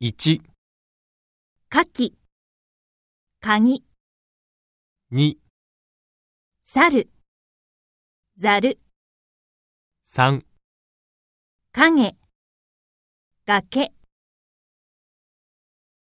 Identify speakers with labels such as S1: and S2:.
S1: 1、
S2: カキ、カニ、
S1: 2、
S2: サル、ザル、
S1: 3
S2: 影、崖。